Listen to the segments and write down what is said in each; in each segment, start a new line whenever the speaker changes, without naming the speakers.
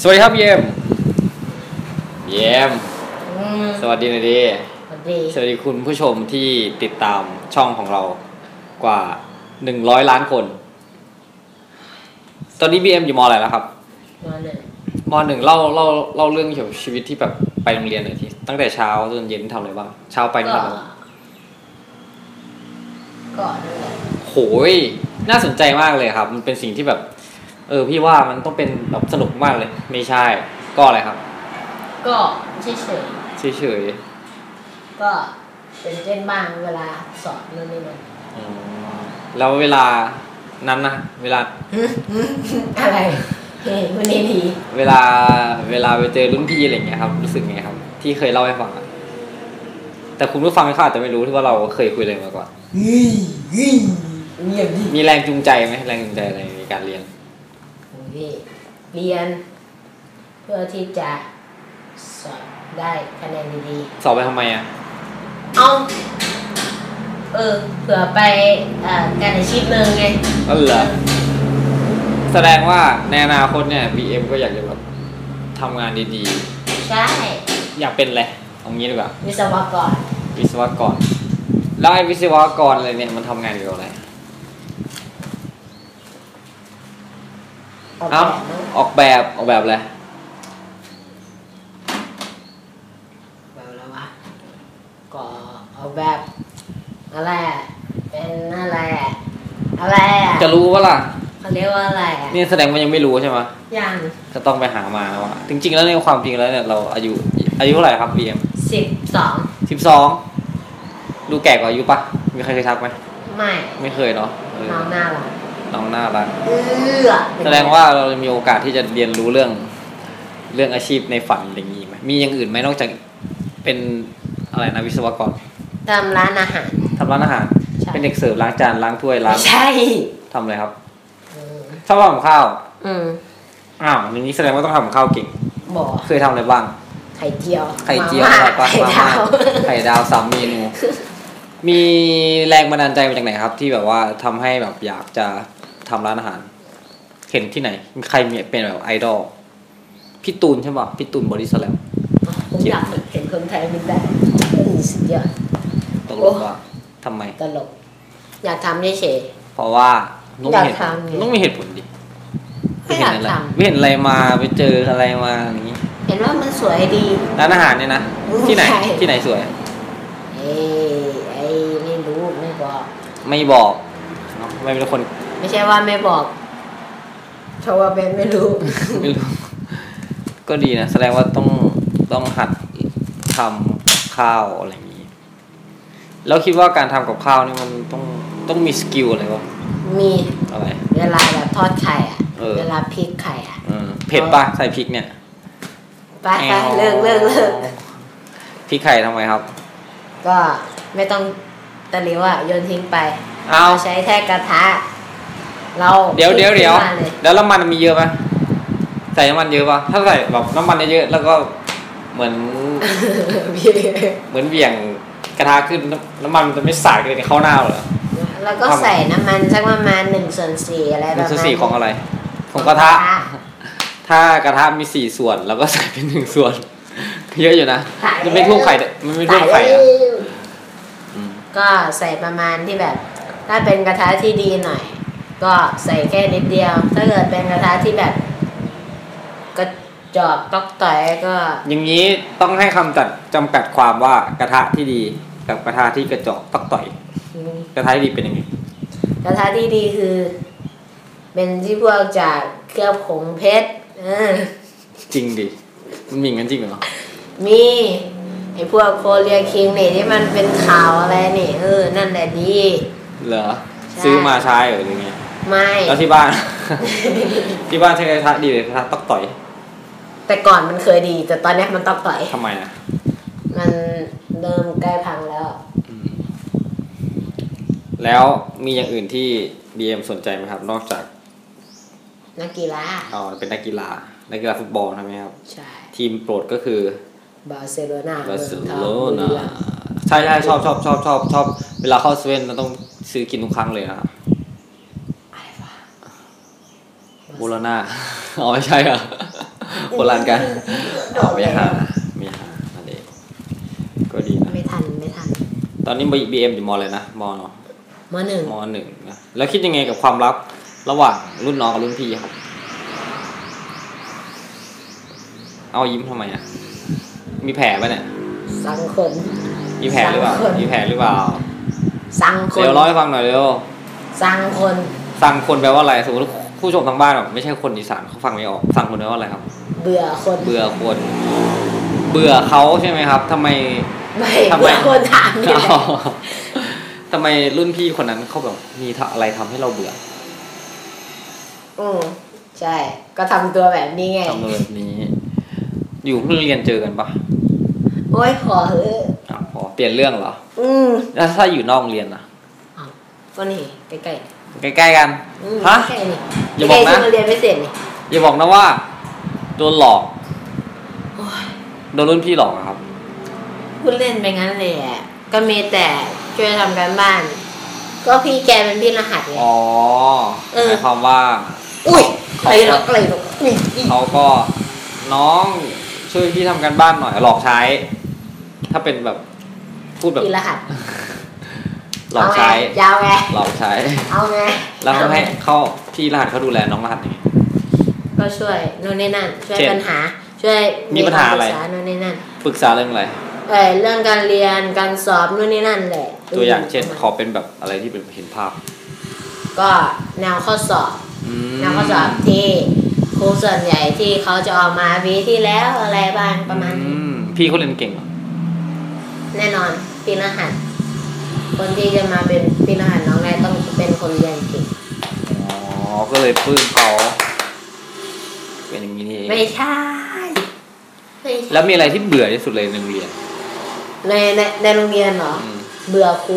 สวัสดีครับเยี่ยมเยี่ยม
อืม
สวัสดีนะดี
สวัสดี
สวัสดีคุณผู้ชมที่ติดตามช่องของเรากว่า 100 ล้านคน ตอนนี้บีเอ็มอยู่มออะไรแล้วครับ
มาเลย
มอหนึ่งเล่าเล่าเล่าเรื่องเกี่ยวกับชีวิตที่แบบไปโรงเรียนหน่อยทีตั้งแต่เช้าจนเย็นทำอะไรบ้างเช้าไป
ก็
นี่ทำอะไรบ้าง
ก่อนนั่นแหละ
โหยน่าสนใจมากเลยครับ มันเป็นสิ่งที่แบบ เออ พี่ว่ามันต้องเป็นแบบสนุกมากเลย ไม่ใช่ ก็อะไรครับ
ก็เฉย
เฉยๆ
ๆก็เป็นเต้นบ้างเวลาสอนนู่นนี่นั่น
อ๋อแล้วเวลานั้นนะเวลา
อะไรเฮ้ยวันนี้ดี
เวลาเวลาไปเจอรุ่นพี่อะไรอย่างเงี้ยครับรู้สึกไงครับ ที่เคยเล่าให้ฟังอะแต่คุณผู้ฟังเขาอาจจะไม่รู้ที่ว่าเราเคยคุยอะไรมาก่อน
เงียบดิ
มีแรงจูงใจไหมแรงจูงใจอะไรในการเรียน
โอ้ยเรียน เพื่อที่จะสอบได้คะแนนดี
สอบไปทำไมอ่ะ
ๆเอาเออเผื่อไปเอ่อการอาชีพเมืองไง
ก็เหรอแสดงว่าในอนาคตเนี่ย BM ก็อยากจะแบบทำงานดี
ใช่
ๆ อยากเป็นอะไรเอางี้ดีกว่า
วิศวกร
วิศวกรแล้วไอ้วิศวกรอะไรเนี่ยมันทำงานเกี่ยวกับอะไร
ออกแบ
เอ้า
บมั้ง
ออกแบบออกแบบอะไร
แบบแล้ววะก็เอาแบบอะไรอะเป็นอะไรอะอะไรอะ
จะรู้ว่าล่ะ
เขาเรียกว่าอะไรอะ
เนี่ยแสดงว่ายังไม่รู้ใช่ไหม
อย่าง
ก็ต้องไปหามาแล้วอะจริง ๆ แล้วในความจริงแล้วเนี่ยเราอายุอายุเท่าไหร่ครับบีเอ็ม
สิบสอง
สิบสองดูแก่กว่าอายุปะมีใครเคยทักไหม
ไม่
ไม่เคยเนาะเออ
น้องหน้าหรอ
น้องน่ารัก
เออ
แสดงว่าเรามีโอกาสที่จะเรียนรู้เรื่องเรื่องอาชีพในฝันอะไรอย่างนี้ไหมมีอย่างอื่นไหมนอกจากเป็นอะไรนะวิศวกร
ทำร้านอาหาร
ทำร้านอาหาร
ใช่
เป็นเด็กเสิร์ฟล้างจานล้างถ้วยล้า
ไม่
ง
ใช่
ทำอะไรครับ
เออ
ชอบทำกับข้าว
อืม
อ้าวอย่างนี้แสดงว่าต้องทำกับข้าวเก่ง
บอก
เคยทำอะไรบ้าง
ไข่เจียว
ไข่เจียว
มาม่า
ปลาปลา
ไข่ดาว
ไข่ดาวสามเมนู มีแรงบันดาลใจมาจากไหนครับ ที่แบบว่าทำให้แบบอยากจะทำร้านอาหาร เห็นที่ไหน ใครมีเป็นแบบไอดอลพี่ตูนใช่ป่ะพี่ตูนบอดี้สแลม
ผมอยากเห็นคนไทยมีได้สุดยอด
ตกลงว่าทำไม
ตลก อยากทำเฉย
เพราะว่าต้องมีเหตุ
อยากทำไง
ต้องมีเหตุผลดิ
ไม่
ไม่
อ
เห็น
ยาก
อะไร
ทำ
ไม่เห็นอะไรมาไปเจออะไรมาอย่างนี้
ๆเห็นว่ามันสวยดี
ร้านอาหารเนี่ยนะ
อืม
ที่ไหน
ใช่
ที่ไหนสวย
เอ้ยไอ้ไม่รู้ไม่บอก
ไม่บอกเนอะไม่เป็นคน
ไม่ใช่ว่าไม่บอกเพราะว่าเบนไม่รู้
ไม่รู้ ก็ดีนะแสดงว่าต้องต้องหัดทำข้าวอะไรอย่างนี้ แล้วคิดว่าการทำกับข้าวนี่มันต้องต้องมีสกิลอะไรวะ
มี
อะไร
เวลาแบบทอดไข่อ่ะ
เออ
เวลาพริกไข่อ่ะ
เออเผ็ดปะใส่พริกเนี่ย
ไปไปเลิกเลิกเลิก
พริกไข่ทำไมครับ
ก็ไม่ต้องตะหลิวอ่ะโยนทิ้งไป
เอา
เราใช้แท่กระทะ เรา
เดี๋ยวเดี๋ยวเดี๋ยว
ขึ้นมาล
แล้วน้ำมันมีเยอะปะใส่น้ำมันเยอะปะถ้าใส่แบบน้ำมันเยอะๆแล้วก็เหมือน
พี่
เหมือนเหวี่ยงกระทะขึ้นน้ำน้ำมันมันจะไม่สาดเลยเข้าหน้าเหรอ
แล้วก็
ทำ
ใส่น้ำมันสักประมาณหนึ่งส่วนสี่อะไรประ
มัน
มาณ
คือสีของอะไร ข
ข
อ
อง
ก
งก
ระ
ระ
ทะ
ทะ
ถ้ากระทะมีสี่ส่วนแล้วก็ใส่เป็นหนึ่งส่วน เยอะอยู่นะ
ใส่
มันไม่ท่วมไข่เดมันไม่ท่วมไข่
ใส่
อะ
เร็ว
อืม
ก็ใส่ประมาณที่แบบ ถ้าเป็นกระทะที่ดีหน่อย ก็ใส่แค่นิดเดียว ถ้าเกิดเป็นกระทะที่แบบกระจอกตอกต่อยก็
อย่างนี้ต้องให้คำจัดจำกัดความว่ากระทะที่ดีกับกระทะที่กระจอกตักต่อย
อืม
กระทะที่ดีเป็นยังไง
กระทะที่ดีคือ เป็นที่พวกจากเคลือบผงเพชรเออ
จริงดิมันมีงั้นจริงเหรอ
มีไอ้พวกโคเรียคิงเนี่ยที่มันเป็นข่าวอะไรนี่เออ นั่นแหละดี
เหรอ
ใช่
ซื้อมาใช้เหรอหรือไง
ไม่
แล้วที่บ้าน ที่บ้านใช้กระทะดีหรือกระทะตักต่อย
แต่ก่อนมันเคยดี แต่ตอนเนี้ยมันตอกต่อย
ทำไมนะ
มันเริ่มใกล้พังแล้ว
อืมแล้วมีอย่างอื่นที่ BM สนใจไหมครับ นอกจาก
นักกีฬา
เอาเป็นนักกีฬานักกีฬาฟุตบอลใช่ไหมครับ
ใช่
ทีมโปรดก็คือบ
าร์เซโลนา
บาร์เซโล
เมื
นา
องทองบุรีรัมย์
ใช่ใช่ชอบชอบชอบชอบชอบ เวลาเข้าเซเว่นเราต้องซื้อกินทุกครั้งเลยนะครับ
อะไรวะ
บูรณา อ๋อไม่ใช่เหรอ่ะ โบราณกันเอาไม่หาไม่หานั่นเองก็ดีนะ
ไม่ทันไม่ทัน
ตอนนี้บีเอ็มอยู่มอเลยนะมอเนาะ
มหนึ่ง
มอหนึ่งนะแล้วคิดยังไงกับความรักระหว่างรุ่นน้องกับรุ่นพี่ครับ เอายิ้มทำไมอ่ะ มีแผลปะเนี่ย
สังคม
มีแผลหรือเปล่า
สังคน
มีแผลหรือเปล่า
สังคน
เดี๋ยวเล่าให้ฟังหน่อยเร็ว
สังคน
สั่งคนแปลว่าอะไรสมมติผู้ชมทางบ้านแบบไม่ใช่คนอีสานเขาฟังไม่ออก สั่งคนแปลว่าอะไรครับ
เบื่อคน
เบื่อคน เบื่อเขาใช่ไหมครับทำไม
ไม่
ทำไม
เบื่อคนถาม นี่แหละ
อ้าวทำไมรุ่นพี่คนนั้นเขาแบบมีอะไรทำให้เราเบื่อ
อืมใช่ ก็ทำตัวแบบนี้ไง
ทำแบบนี้ อยู่เพิ่งเรียนเจอกันปะ
โอ้ยขอเฮ้อะ
อ้าวพอเปลี่ยนเรื่องเหรอ
อืม
แล้วถ้าอยู่นอกโรงเรียนนะ
อ้าวก็นี่ใกล้
ใกล้ๆกัน
ๆอืม
ฮะ
ใกล้ๆนี่
อย่าบอก
ใกล้
นะ
ๆที่มาเรียนไม่เสร็จนี่
อย่าบอกนะว่าโดนหลอก
โอ้ย
โดนรุ่นพี่หลอกอะครับ
พูดเล่นไปงั้นเลยแหละก็มีแต่ช่วยทำการบ้าน ก็พี่แกเป็นพี่รหัสไง
อ๋อ
เอ
ห
อ
มายความว่า
อุ้ยอะไรหรอกอะไรหรอกอุ้ยอี
เขาก็น้องช่วยพี่ทำการบ้านหน่อยหลอกใช้ ถ้าเป็นแบบพูดแบบ
พี่รหัส
หลอกใช้
เาไงยาวไง
หลอกใช้
เอาไง
แล้วเขาให้เขาพี่รหัสเขาดูแลน้องรหัสยังไง
ก็ช่วยนู่นนี่นั่น ช่วย
เช่น
ปัญหา ช่วย
มีปัญหาอะไร
คำปกษนู่นนี่นั่น
ปรึกษาเรื่องอะไร
เออเรื่องการเรียน การสอบนู่นนี่นั่นแหละ
ตัวอย่างเช่น ขอเป็นแบบอะไรที่เป็นเห็นภาพ
ก็แนวข้อสอบ
อืม
แนวข้อสอบที่ครูส่วนใหญ่ที่เขาจะออกมาวีที่แล้วอะไรบ้างประมาณ
อื
นี้
มพี่เขาเรียนเก่งเหรอ
แน่นอนปีรหัส คนที่จะมาเป็นปีรหัสน้องแรกต้องเป็นคนเรียนเก่ง
อ๋อ ก็เลยปลื้มเขาเป็นอย่างนี้นี่เอง
ไม่ใช่ไม่ใช่
แล้วมีอะไรที่เบื่อที่สุดเลยในโรงเรียน
ในในในโรงเรียนเหรอ
อืม
เบื่อครู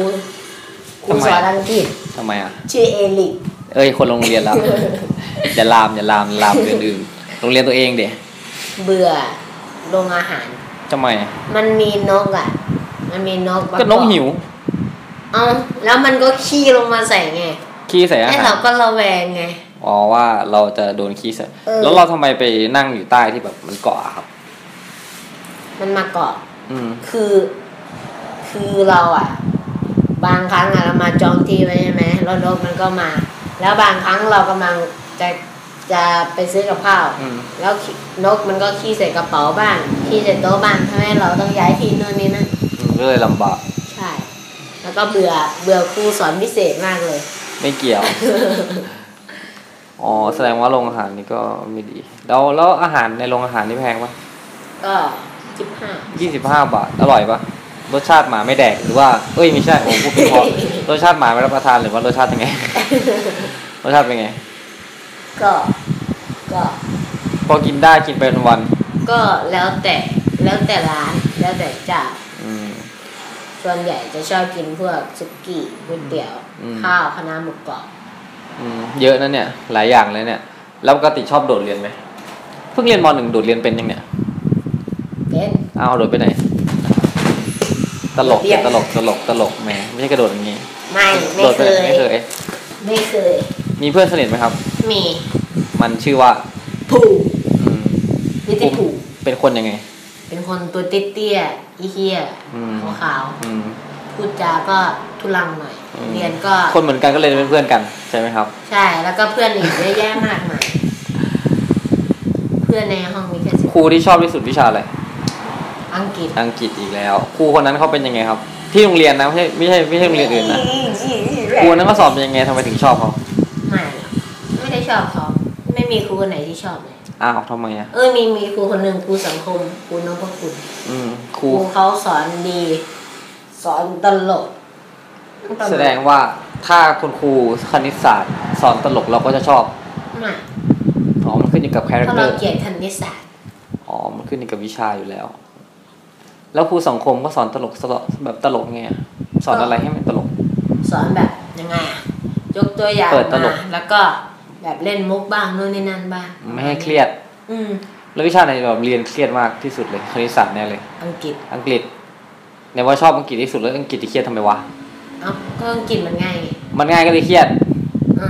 ครู
ทำไม
สอนอังกฤษ
ทำไมอ่ะ
ชื่อเอลิก
เอ้ยคนโรงเรี ยนแล้ว อย่าลามอย่าลามลามเรียนอื่นโรงเรียนตัวเองเดี๋ย
เบื่อโรงอาหาร
ทำไมอะ
มันมีนกอ่ะ มันมีนก
ก็นกหิว
เอาแล้วมันก็ขี้ลงมาใส่ไง
ขี้ใส่อา
ไอ้
หา
เรา
ร
ก็ระแวงไง
อ๋อว่าเราจะโดนขี้ใส่
เออ
แล้วเราทำไมไปนั่งอยู่ใต้ที่แบบมันเกาะอะครับ
มันมาเกาะ
อืม
คือ คือเราอ่ะ บางครั้งอ่ะเรามาจองที่ไว้ใช่ไหมแล้วนกมันก็มา แล้วบางครั้งเรากำลังจะจะไปซื้อกับข้าว
อืม
แล้วขี้นกมันก็ขี้ใส่กระเป๋าบ้างขี้ใส่โต๊ะบ้างทำให้เราต้องย้ายที่นู่นนี่นั่น
อืมก็เลยลำบาก
ใช่ แล้วก็เบื่อ เบื่อครูสอนพิเศษมาก เลย
ไม่เกี่ยว อ๋อ แสดงว่าโรงอาหารนี่ก็ไม่ดี แล้วแล้วอาหารในโรงอาหารนี่แพงปะ
ก็จิบห้า
ยี่สิบห้าบาท อร่อยปะรสชาติหมาไม่แดก หรือว่า เอ้ยไม่ใช่โอ้พูดผิดพอ รสชาติหมาไม่รับประทานหรือว่ารสชาติเป็นไง รสชาติเป็นไง
ก็ ก็
พอกินได้กินไปวันวัน
ก็แล้วแต่ แล้วแต่ร้าน แล้วแต่เจ้า
ๆอืม
ส่วนใหญ่จะชอบกินพวกสุกี้ก๋วยเตี๋ยว
อืม
ข้าวคะน้าหมูกรอบ
อืมเยอะนะเนี่ย หลายอย่างเลยเนี่ย แล้วปกติชอบโดดเรียนไหมเพิ่งเรียนมหนึ่งโดดเรียนเป็นยังเนี่ย
เป็น
อ้าวโดดไปไหน ตลกตลกตลกตลกแหมไม่ใช่กระโดดอย่างนี้
ไม่ไม่
โดดไป
เค
ไหน
ย
ไม่เคย
ไม่เคย
มีเพื่อนสนิทไหมครับ
มี
มันชื่อว่า
ผู
อืม
นิติผู
เป็นคนยังไง
เป็นคนตัวเตี้ยๆอีเหี้ย
อืม
ขาว
อืม
ๆพูดจาก็ทุลังหน่อย
อืม
เรียนก็
คนเหมือนกันก็เลยเป็นเพื่อนกันใช่ไหมครับ
ใช่ แล้วก็เพื่อนอีกเยอะแยะมากมายเพื่อนในห้องมีแค่สิบ
ครูที่ชอบที่สุดวิชาอะไร
อังกฤษ
อังกฤษอีกแล้ว ครูคนนั้นเขาเป็นยังไงครับ ที่โรงเรียนนะไม่ใช่ไม่ใช่ไม่ใช่โรงเรียนอื่นนะ ครูคนนั้นเขาสอนเป็นยังไงทำไมถึงชอบเขา
ไม่หรอกไม่ได้ชอบเขาไม่มีครูคนไหนที่ชอบเลย
อ้าวทำไมอ่ะ
เออมีมีครูคนหนึ่งครูสังคมครูนพคุณ
อืม ค
ครู
รู
เขาสอนดี สอนตลกตลก
แสดงว่าถ้าคุณครูคณิตศาสตร์ สอนตลกเราก็จะชอบ
มาก
อ๋อ มันขึ้นอยู่กับคาแรค
เพราะ
เตอ
เรา
ร์
เกลียดคณิตศาสตร์
อ๋อ มันขึ้นอยู่กับวิชาอยู่แล้ว แล้วครูสังคมก็สอนตลกสอนแบบตลกไงอะสอนอะไรให้มันตลก
สอนแบบยังไงอะยกตัวอย่าง
เปิดตล
มาก แล้วก็แบบเล่นมุกบ้างนู่นนี่นั่นบ้าง
ไม่ให้เครียด
อืม
แล้ววิชาไหนแบบเรียนเครียดมากที่สุดเลยคณิตศาสตร์แน่เลย
อังกฤษ
อังกฤษในว่าชอบอังกฤษที่สุดแล้วอังกฤษจะเครียดทำไมวะ
เอ้าก็อังกฤษมันง่ายไง
มันง่ายก็เลยเครียด
อ่ะ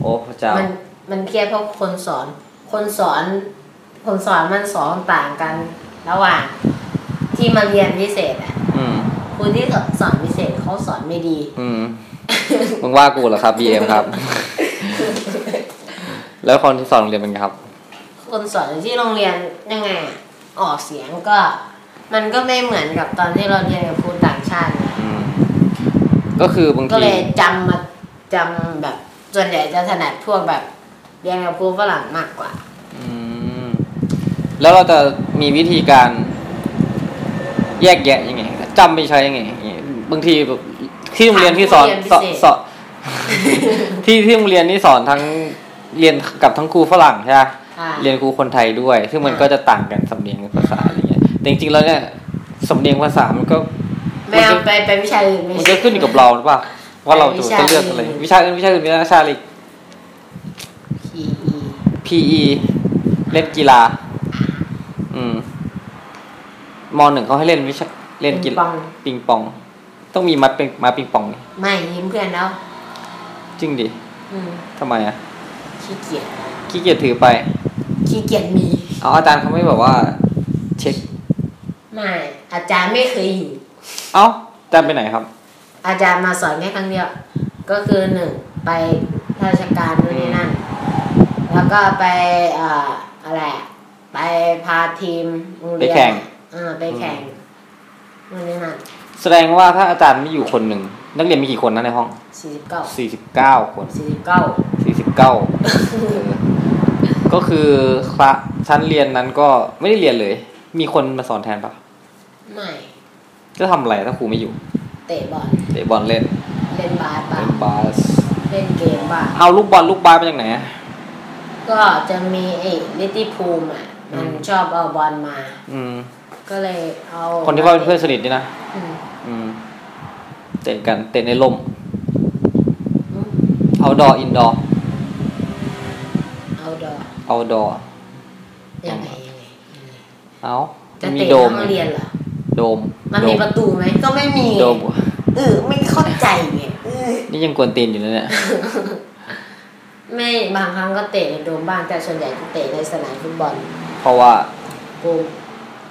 โอ้พระเจ้า
มันมันเครียดเพราะคนสอน คนสอน ค ลสอนมันสอนต่างกัน ระหว่างที่มาเรียนพิเศษอ่ะ
อืม
ครูที่สอนพิเศษเขาสอนไม่ดี
อืม มึงว่ากูเหรอครับ BM ค รับ แล้วคนที่สอนโรงเรียนเป็นไงครับ
คนสอนที่โรงเรียนยังไงอะออกเสียงก็มันก็ไม่เหมือนกับตอนที่เราเรียนกับครูต่างชาตินะ
อืม ก็คือบาง
ก็
ที
เลยจำมาจำแบบส่วนใหญ่จะถนัดพวกแบบเรียนกับครูฝรั่งมากกว่า
อืม แล้วเราจะมีวิธีการ แยกแยะยังไงจำไปใช้ยังไงอย่างเงี้ยบางทีแบบที่โรงเรียนที่สอน
ถามผู้
สอน
เรียนพิเศษ
สอนที่ที่โรงเรียนนี่สอนทั้งเรียนกับทั้งครูฝรั่งใช่ไหม
อ่า
เรียนครูคนไทยด้วย ซึ่งมัน
อ่า
ก็จะต่างกันสำเนียงภาษาอะไรเงี้ย แต่จริงๆแล้วเนี่ยสำเนียงภาษามันก็
ไม่เอาไปไปวิชาอื่นไม่
มัน
ใช่
ก็ขึ้นอยู่กับเราหรือเปล่าว่าเราจะ
วิชา
จะเลือกอะไร
อื่น
วิชาอื่นวิชาอื่นมีวิชาอะไร
PE
PE เล่นกีฬา อืมมหนึ่งเขาให้เล่นวิชาเล่นกี
ปิงป
ฬา
อง
ปิงปอง ต้องมีมัดเป็นมาปิงปองนี่
ไม่ยิ้มเพื่อนแล้ว
จริงดิ
อืม
ทำไมอ่ะ
ขี้เกียจ
ขี้เกียจถือไป
ขี้เกียจมี
เอาอาจารย์เขาไม่แบบว่า เช็ค
ไม่อาจารย์ไม่เคยอยู่
เอ้าอาจารย์ไปไหนครับ
อาจารย์มาสอนแค่ครั้งเดียว ก็คือหนึ่งไปราชการนู่นนี่นั่น แล้วก็ไปเอ่ออะไรอะไปพาทีมโรงเรียน
ไปแข่ง
เออไปแข่งนู่นนี่นั่น
แสดงว่าถ้าอาจารย์ไม่อยู่คนหนึ่งนักเรียนมีกี่คนนะในห้อง
สี่สิบเก้า
สี่สิบเก้าคน
สี่สิบเก้า
สี่สิบเก้าก็คือคละชั้นเรียนนั้นก็ไม่ได้เรียนเลย มีคนมาสอนแทนปะ
ไม่
ก็ทำอะไรถ้าครูไม่อยู่
เตะบอล
เตะบอลเล่น
เล่นบาสบ้า
เล่
ง
นบาส
เล่นเกมบ้าง
เอาลูกบอลลูกบาสมาจากไหนอะ
ก็จะมีไอ้ลิตตี้ภูมิอ่ะ มันชอบเอาบอลมา
อืม
ก็เลยเอา
คนที่ว่าเป็นเพื่อนสนิทนี่นะ
อืม
อืมเตะกันเตะในร่ม
อืม
เอาดออินดอ
เอาดอก
เอาดอ
ยังไงยังไงยังไง
เอา
จะ
มี
เตะ
โดม
ทั้งเรียนเหรอ
โดม
มัน
โด
มี
ม
ประตูไหม ก็ไม่มี
โดม
เออ ไม่เข้าใจไงเออ
นี่ยังกวนตีนอยู่นะเนี่ย
ไม่ บางครั้งก็เตะในโดมบ้าง แต่ส่วนใหญ่จะเตะในสนามฟุตบอล
เพราะว่า
โกง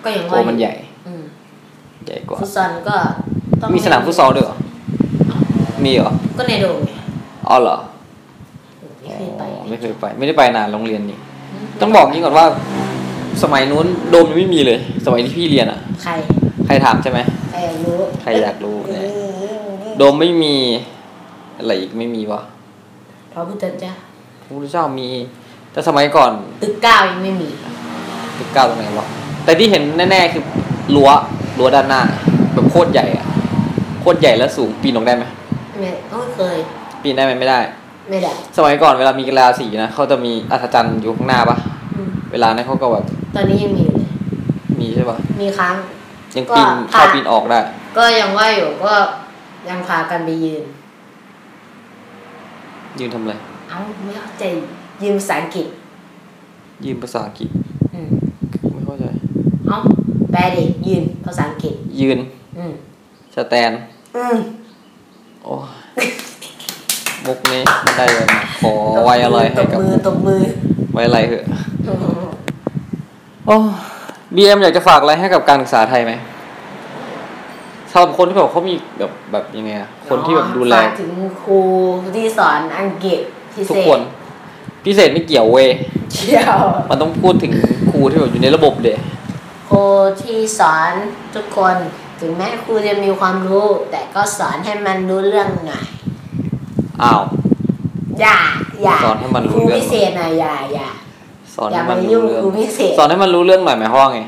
ก็อย่าง
ตัวมันใหญ่
อืม
ใหญ่กว่า
ฟุตซอลก็ต้อง
มีสนามฟุตซอลด้วยเหรอ มีเหรอ
ก็ในโดมไง
อ๋อเหรอ
เออไม่เคยไป
อ๋อไม่เคยไป ไม่ได้ไปนานโรงเรียนนี่ ต้องบอกนี้ก่อนว่า สมัยนู้นโดมยังไม่มีเลย สมัยที่พี่เรียนอ่ะ
ใคร
ใครถามใช่ไหม
ใครอยากรู้
ใครอยากรู้เนี่ย
เออเออเออ
โดมไม่มี อะไรอีกไม่มีวะ
พระพุทธเจ้า
พระพุทธเจ้ามี แต่สมัยก่อน
ตึกเก้ายังไม่มี
ตึกเก้าตรงไหนวะ แต่ที่เห็นแน่ๆคือรั้วรั้วด้านหน้าแบบโคตรใหญ่อะโคตรใหญ่แล้วสูงปีนออกได้ไหม
ไม่ต้องเคย
ปีนได้ไหมไม่ได้
ไม่ได้
สมัยก่อนเวลามีกีฬาสีนะเขาจะมีอัศจรรย์อยู่ข้างหน้าปะ
อืม
เวลานั้นเขาก็แบบ
ตอนนี้ยังมีอยู่เลย
มีใช่ปะ
มีครั้ง
ยังปีน
ก็
เข้า
ผ่าน
ปีนออกได้
ก็ยังว่าอยู่ก็ยังพากันไปยืน
ยืนทำอะไร
เอ้าไม่เข้าใจยืมภาษาอังกฤษ
ยืนภาษาอังกฤษ
อืม
ไม่เข้าใจ
เอ้าแปลดิยืมภาษาอังกฤษ
ยืน
อืม
สแตน
อืม
โอ้ยมุกนี้ไม่ได้เลยนะขอไว้อะไร
ต
ให้
บ
กับ
มือตบมือ
ไว้อะไรเถอะ
ตบมือ
โอ้บีเอ็มอยากจะฝากอะไรให้กับการศึกษาไทยไหมสำหรับคนที่แบบเขามีแบบแบบยังไงอะ คนที่แบบดูแล
ฝากถึงครูที่สอนอังกฤษพิเศษ
ทุกคน พิเศษไม่เกี่ยวเวย
เชี่ยว
มันต้องพูดถึงครูที่แบบอยู่ในระบบเดะ
ครูที่สอนทุกคนถึงแม้ครูจะมีความรู้ แต่ก็สอนให้มันรู้เรื่องหน่อย
อ้าว
อย่าอย่า
สอนให้มันรู้
ครู
เรื่อง
พิเศษหน่อยอย่าอย่า
สอน
อย่า
ให้มั
มาน
รู้
ยุ่ง
เรื่อ
ครู
ง
พิเศษ
สอนให้มันรู้เรื่องหน่อยหมายความว่าไง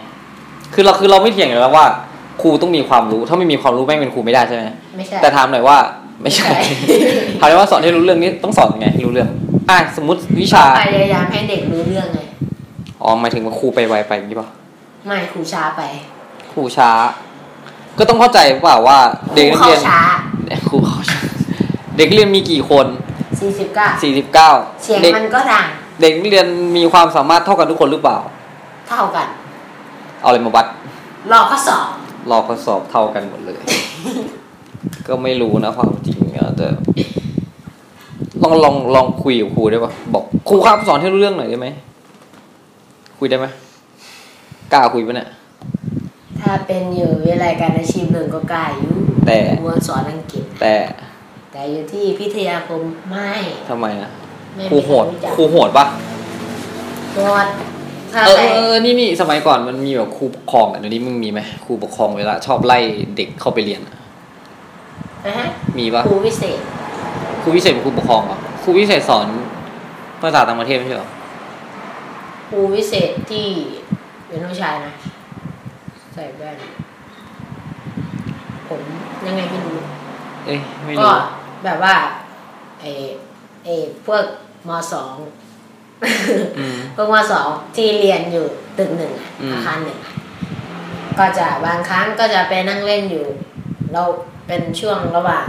คือเราคือเราไม่เถียงอยู่แล้วว่า ครูต้องมีความรู้ ถ้าไม่มีความรู้แม่งเป็นครูไม่ได้ใช่ไหม
ไม่ใช่
แต่ถามหน่อยว่าไม่ใช่
ใช่
ถามหน่อยว่าสอนให้รู้เรื่องนี้ต้องสอนยังไงให้รู้เรื่อง อ่ะสมมติวิชา
พยายามให้เด็กรู้เรื่องไง
อ๋อหมายถึงว่าครูไปไวไปอย่างนี้ป่ะ
ไม่ครูช้าไป
ครูช้า ก็ต้องเข้าใจเปล่าว่าเด็ก
ครู
นัก
เข้า
เรียน
ช้า
ครูเข้าช้าเด็กนักเรียนมีกี่คน
49
สี่สิบเก้า
เสียง
เด็ก
มันก็ดัง
เด็กนักเรียนมีความสามารถเท่ากันทุกคนหรือเปล่า
เท่ากัน
เอาอะไรมาวัด
รอข้อสอบ
รอข้อสอบเท่ากันหมดเลย ก็ไม่รู้นะความจริงอะแต่ลองลองลองคุยกับครูได้ปะบอกครูครับสอนให้รู้เรื่องหน่อยได้ไหมคุยได้ไหม กล้าคุยปะเนี่ย
ถ้าเป็นอยู่วิทยาลัยการอาชีพหนึ่งก็กล้าอยู่
แต่
วสอนอังกฤษ
แต่
แต่อยู่ที่พิทยาคมไม่
ทำไมอะ
ไม่
ครู
มี
โห
ใค
ด
รรู้จัก
ครูโหดปะ
โหดถ้า
เออ
ใคร
เออเออนี่นี่สมัยก่อนมันมีแบบครูปกครองอะเดี๋ยวนี้มึงมีไหมครูปกครองเวลาชอบไล่เด็กเข้าไปเรียนอะ
นะฮะ
มีปะ
ครูวิเศษ
ครูพิเศษเป็นครูปกครองเหรอครูพิเศษสอนภาษาต่างประเทศไม่ใช่เหรอ
ครูวิเศษที่เป็นผู้ชายนะ ใส่แว่นผมยังไงไม่รู้
เอ้ยไม่
ก็
รู้
แบบว่าไอไอพวกมสอง
อืม
พวกมสองที่เรียนอยู่ตึกหนึ่งอะ
อืม
อาคารหนึ่งอะก็จะบางครั้งก็จะไปนั่งเล่นอยู่ เราเป็นช่วงระหว่าง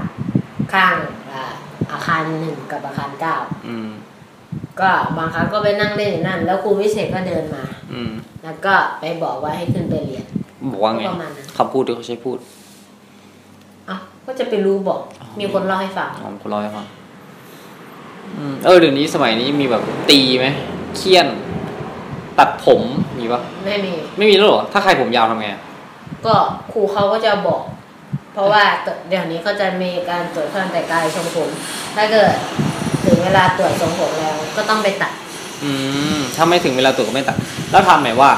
ข้างอ่าอาคารหนึ่งกับอาคารเก้า
อืม
ก็บางครั้งก็ไปนั่งเล่นอยู่นั่น แล้วครูวิเศษก็เดินมา
อืม
แล้วก็ไปบอกว่าให้ขึ้นไปเรียน
บอกว่าไง
ประมาณนั้น
คำพูดที่เขาใช้พูด
เอ้าก็จะไปรู้บอก มีคนเล่าให้ฟัง
ของคนร้อยฟังอืมเออเดี๋ยวนี้สมัยนี้มีแบบตีไหมเคี่ยน ตัดผมมีปะ
ไม่มี
ไม่มีแล้วเหรอถ้าใครผมยาวทำไงอะ
ก็ครูเขาก็จะบอก เพราะว่าเดี๋ยวนี้ก็จะมีการตรวจเครื่องแต่งกายทรงผม ถ้าเกิดถึงเวลาตรวจทรงผมแล้วก็ต้องไปตัด
อืมถ้าไม่ถึงเวลาตรวจก็ไม่ตัด แล้วทำหมายว่า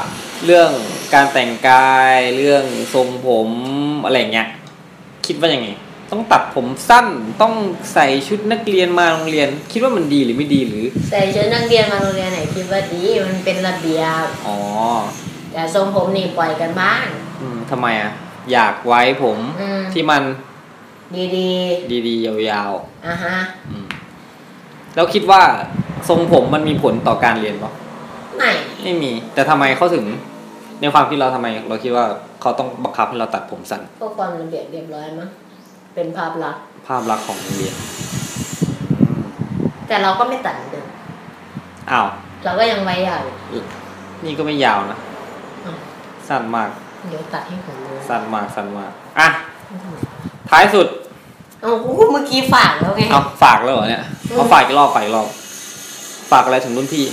เรื่องการแต่งกายเรื่องทรงผมอะไรเงี้ยคิดว่ายังไง ต้องตัดผมสั้นต้องใส่ชุดนักเรียนมาโรงเรียน คิดว่ามันดีหรือไม่ดีหรือ
ใส่ชุดนักเรียนมาโรงเรียนไหนคิดว่าดีมันเป็นระเบียบ
อ๋อ
แต่ทรงผมนี่ปล่อยกันบ้าง
อืมทำไมอ่ะ อยากไว้ผม
อืม
ที่มัน
ดี
ดีๆ ยาว
ๆอ่ะฮะ
ๆอืมแล้วคิดว่าทรงผมมันมีผลต่อการเรียนปะ
ไม่
ไม่มี แต่ทำไมเขาถึง ในความคิดเราทำไม เราคิดว่าเขาต้องบังคับให้เราตัดผมสั้น
พวกความระเบียบเรียบร้อยมั้งเป็นภาพลักษณ์
ภาพลักษณ์ของโรงเรียน
แต่เราก็ไม่ตัดเหมือนเดิม
อ้าว
เราก็ยังไว้ยาวอยู่
นี่ก็ไม่ยาวนะ
อ้าว
สั้นมาก
เดี๋ยวตัดให้ผมดู
สั้นมาก สั้นมาก อ่ะ ท้ายสุด
เอ้ากูเมื่อกี้ฝากแล้วไง
เอาฝากแล้วเหรอเนี่ย
อืม
เอาฝากอีกรอบฝากอีกรอบ ฝากอะไรถึงรุ่นพี่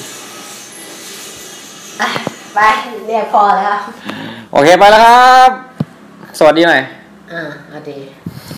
อ่ะไปเรียกพอแล้ว
โอเคไปแล้วครับ สวัสดีหน่อย
อ่าเอาดี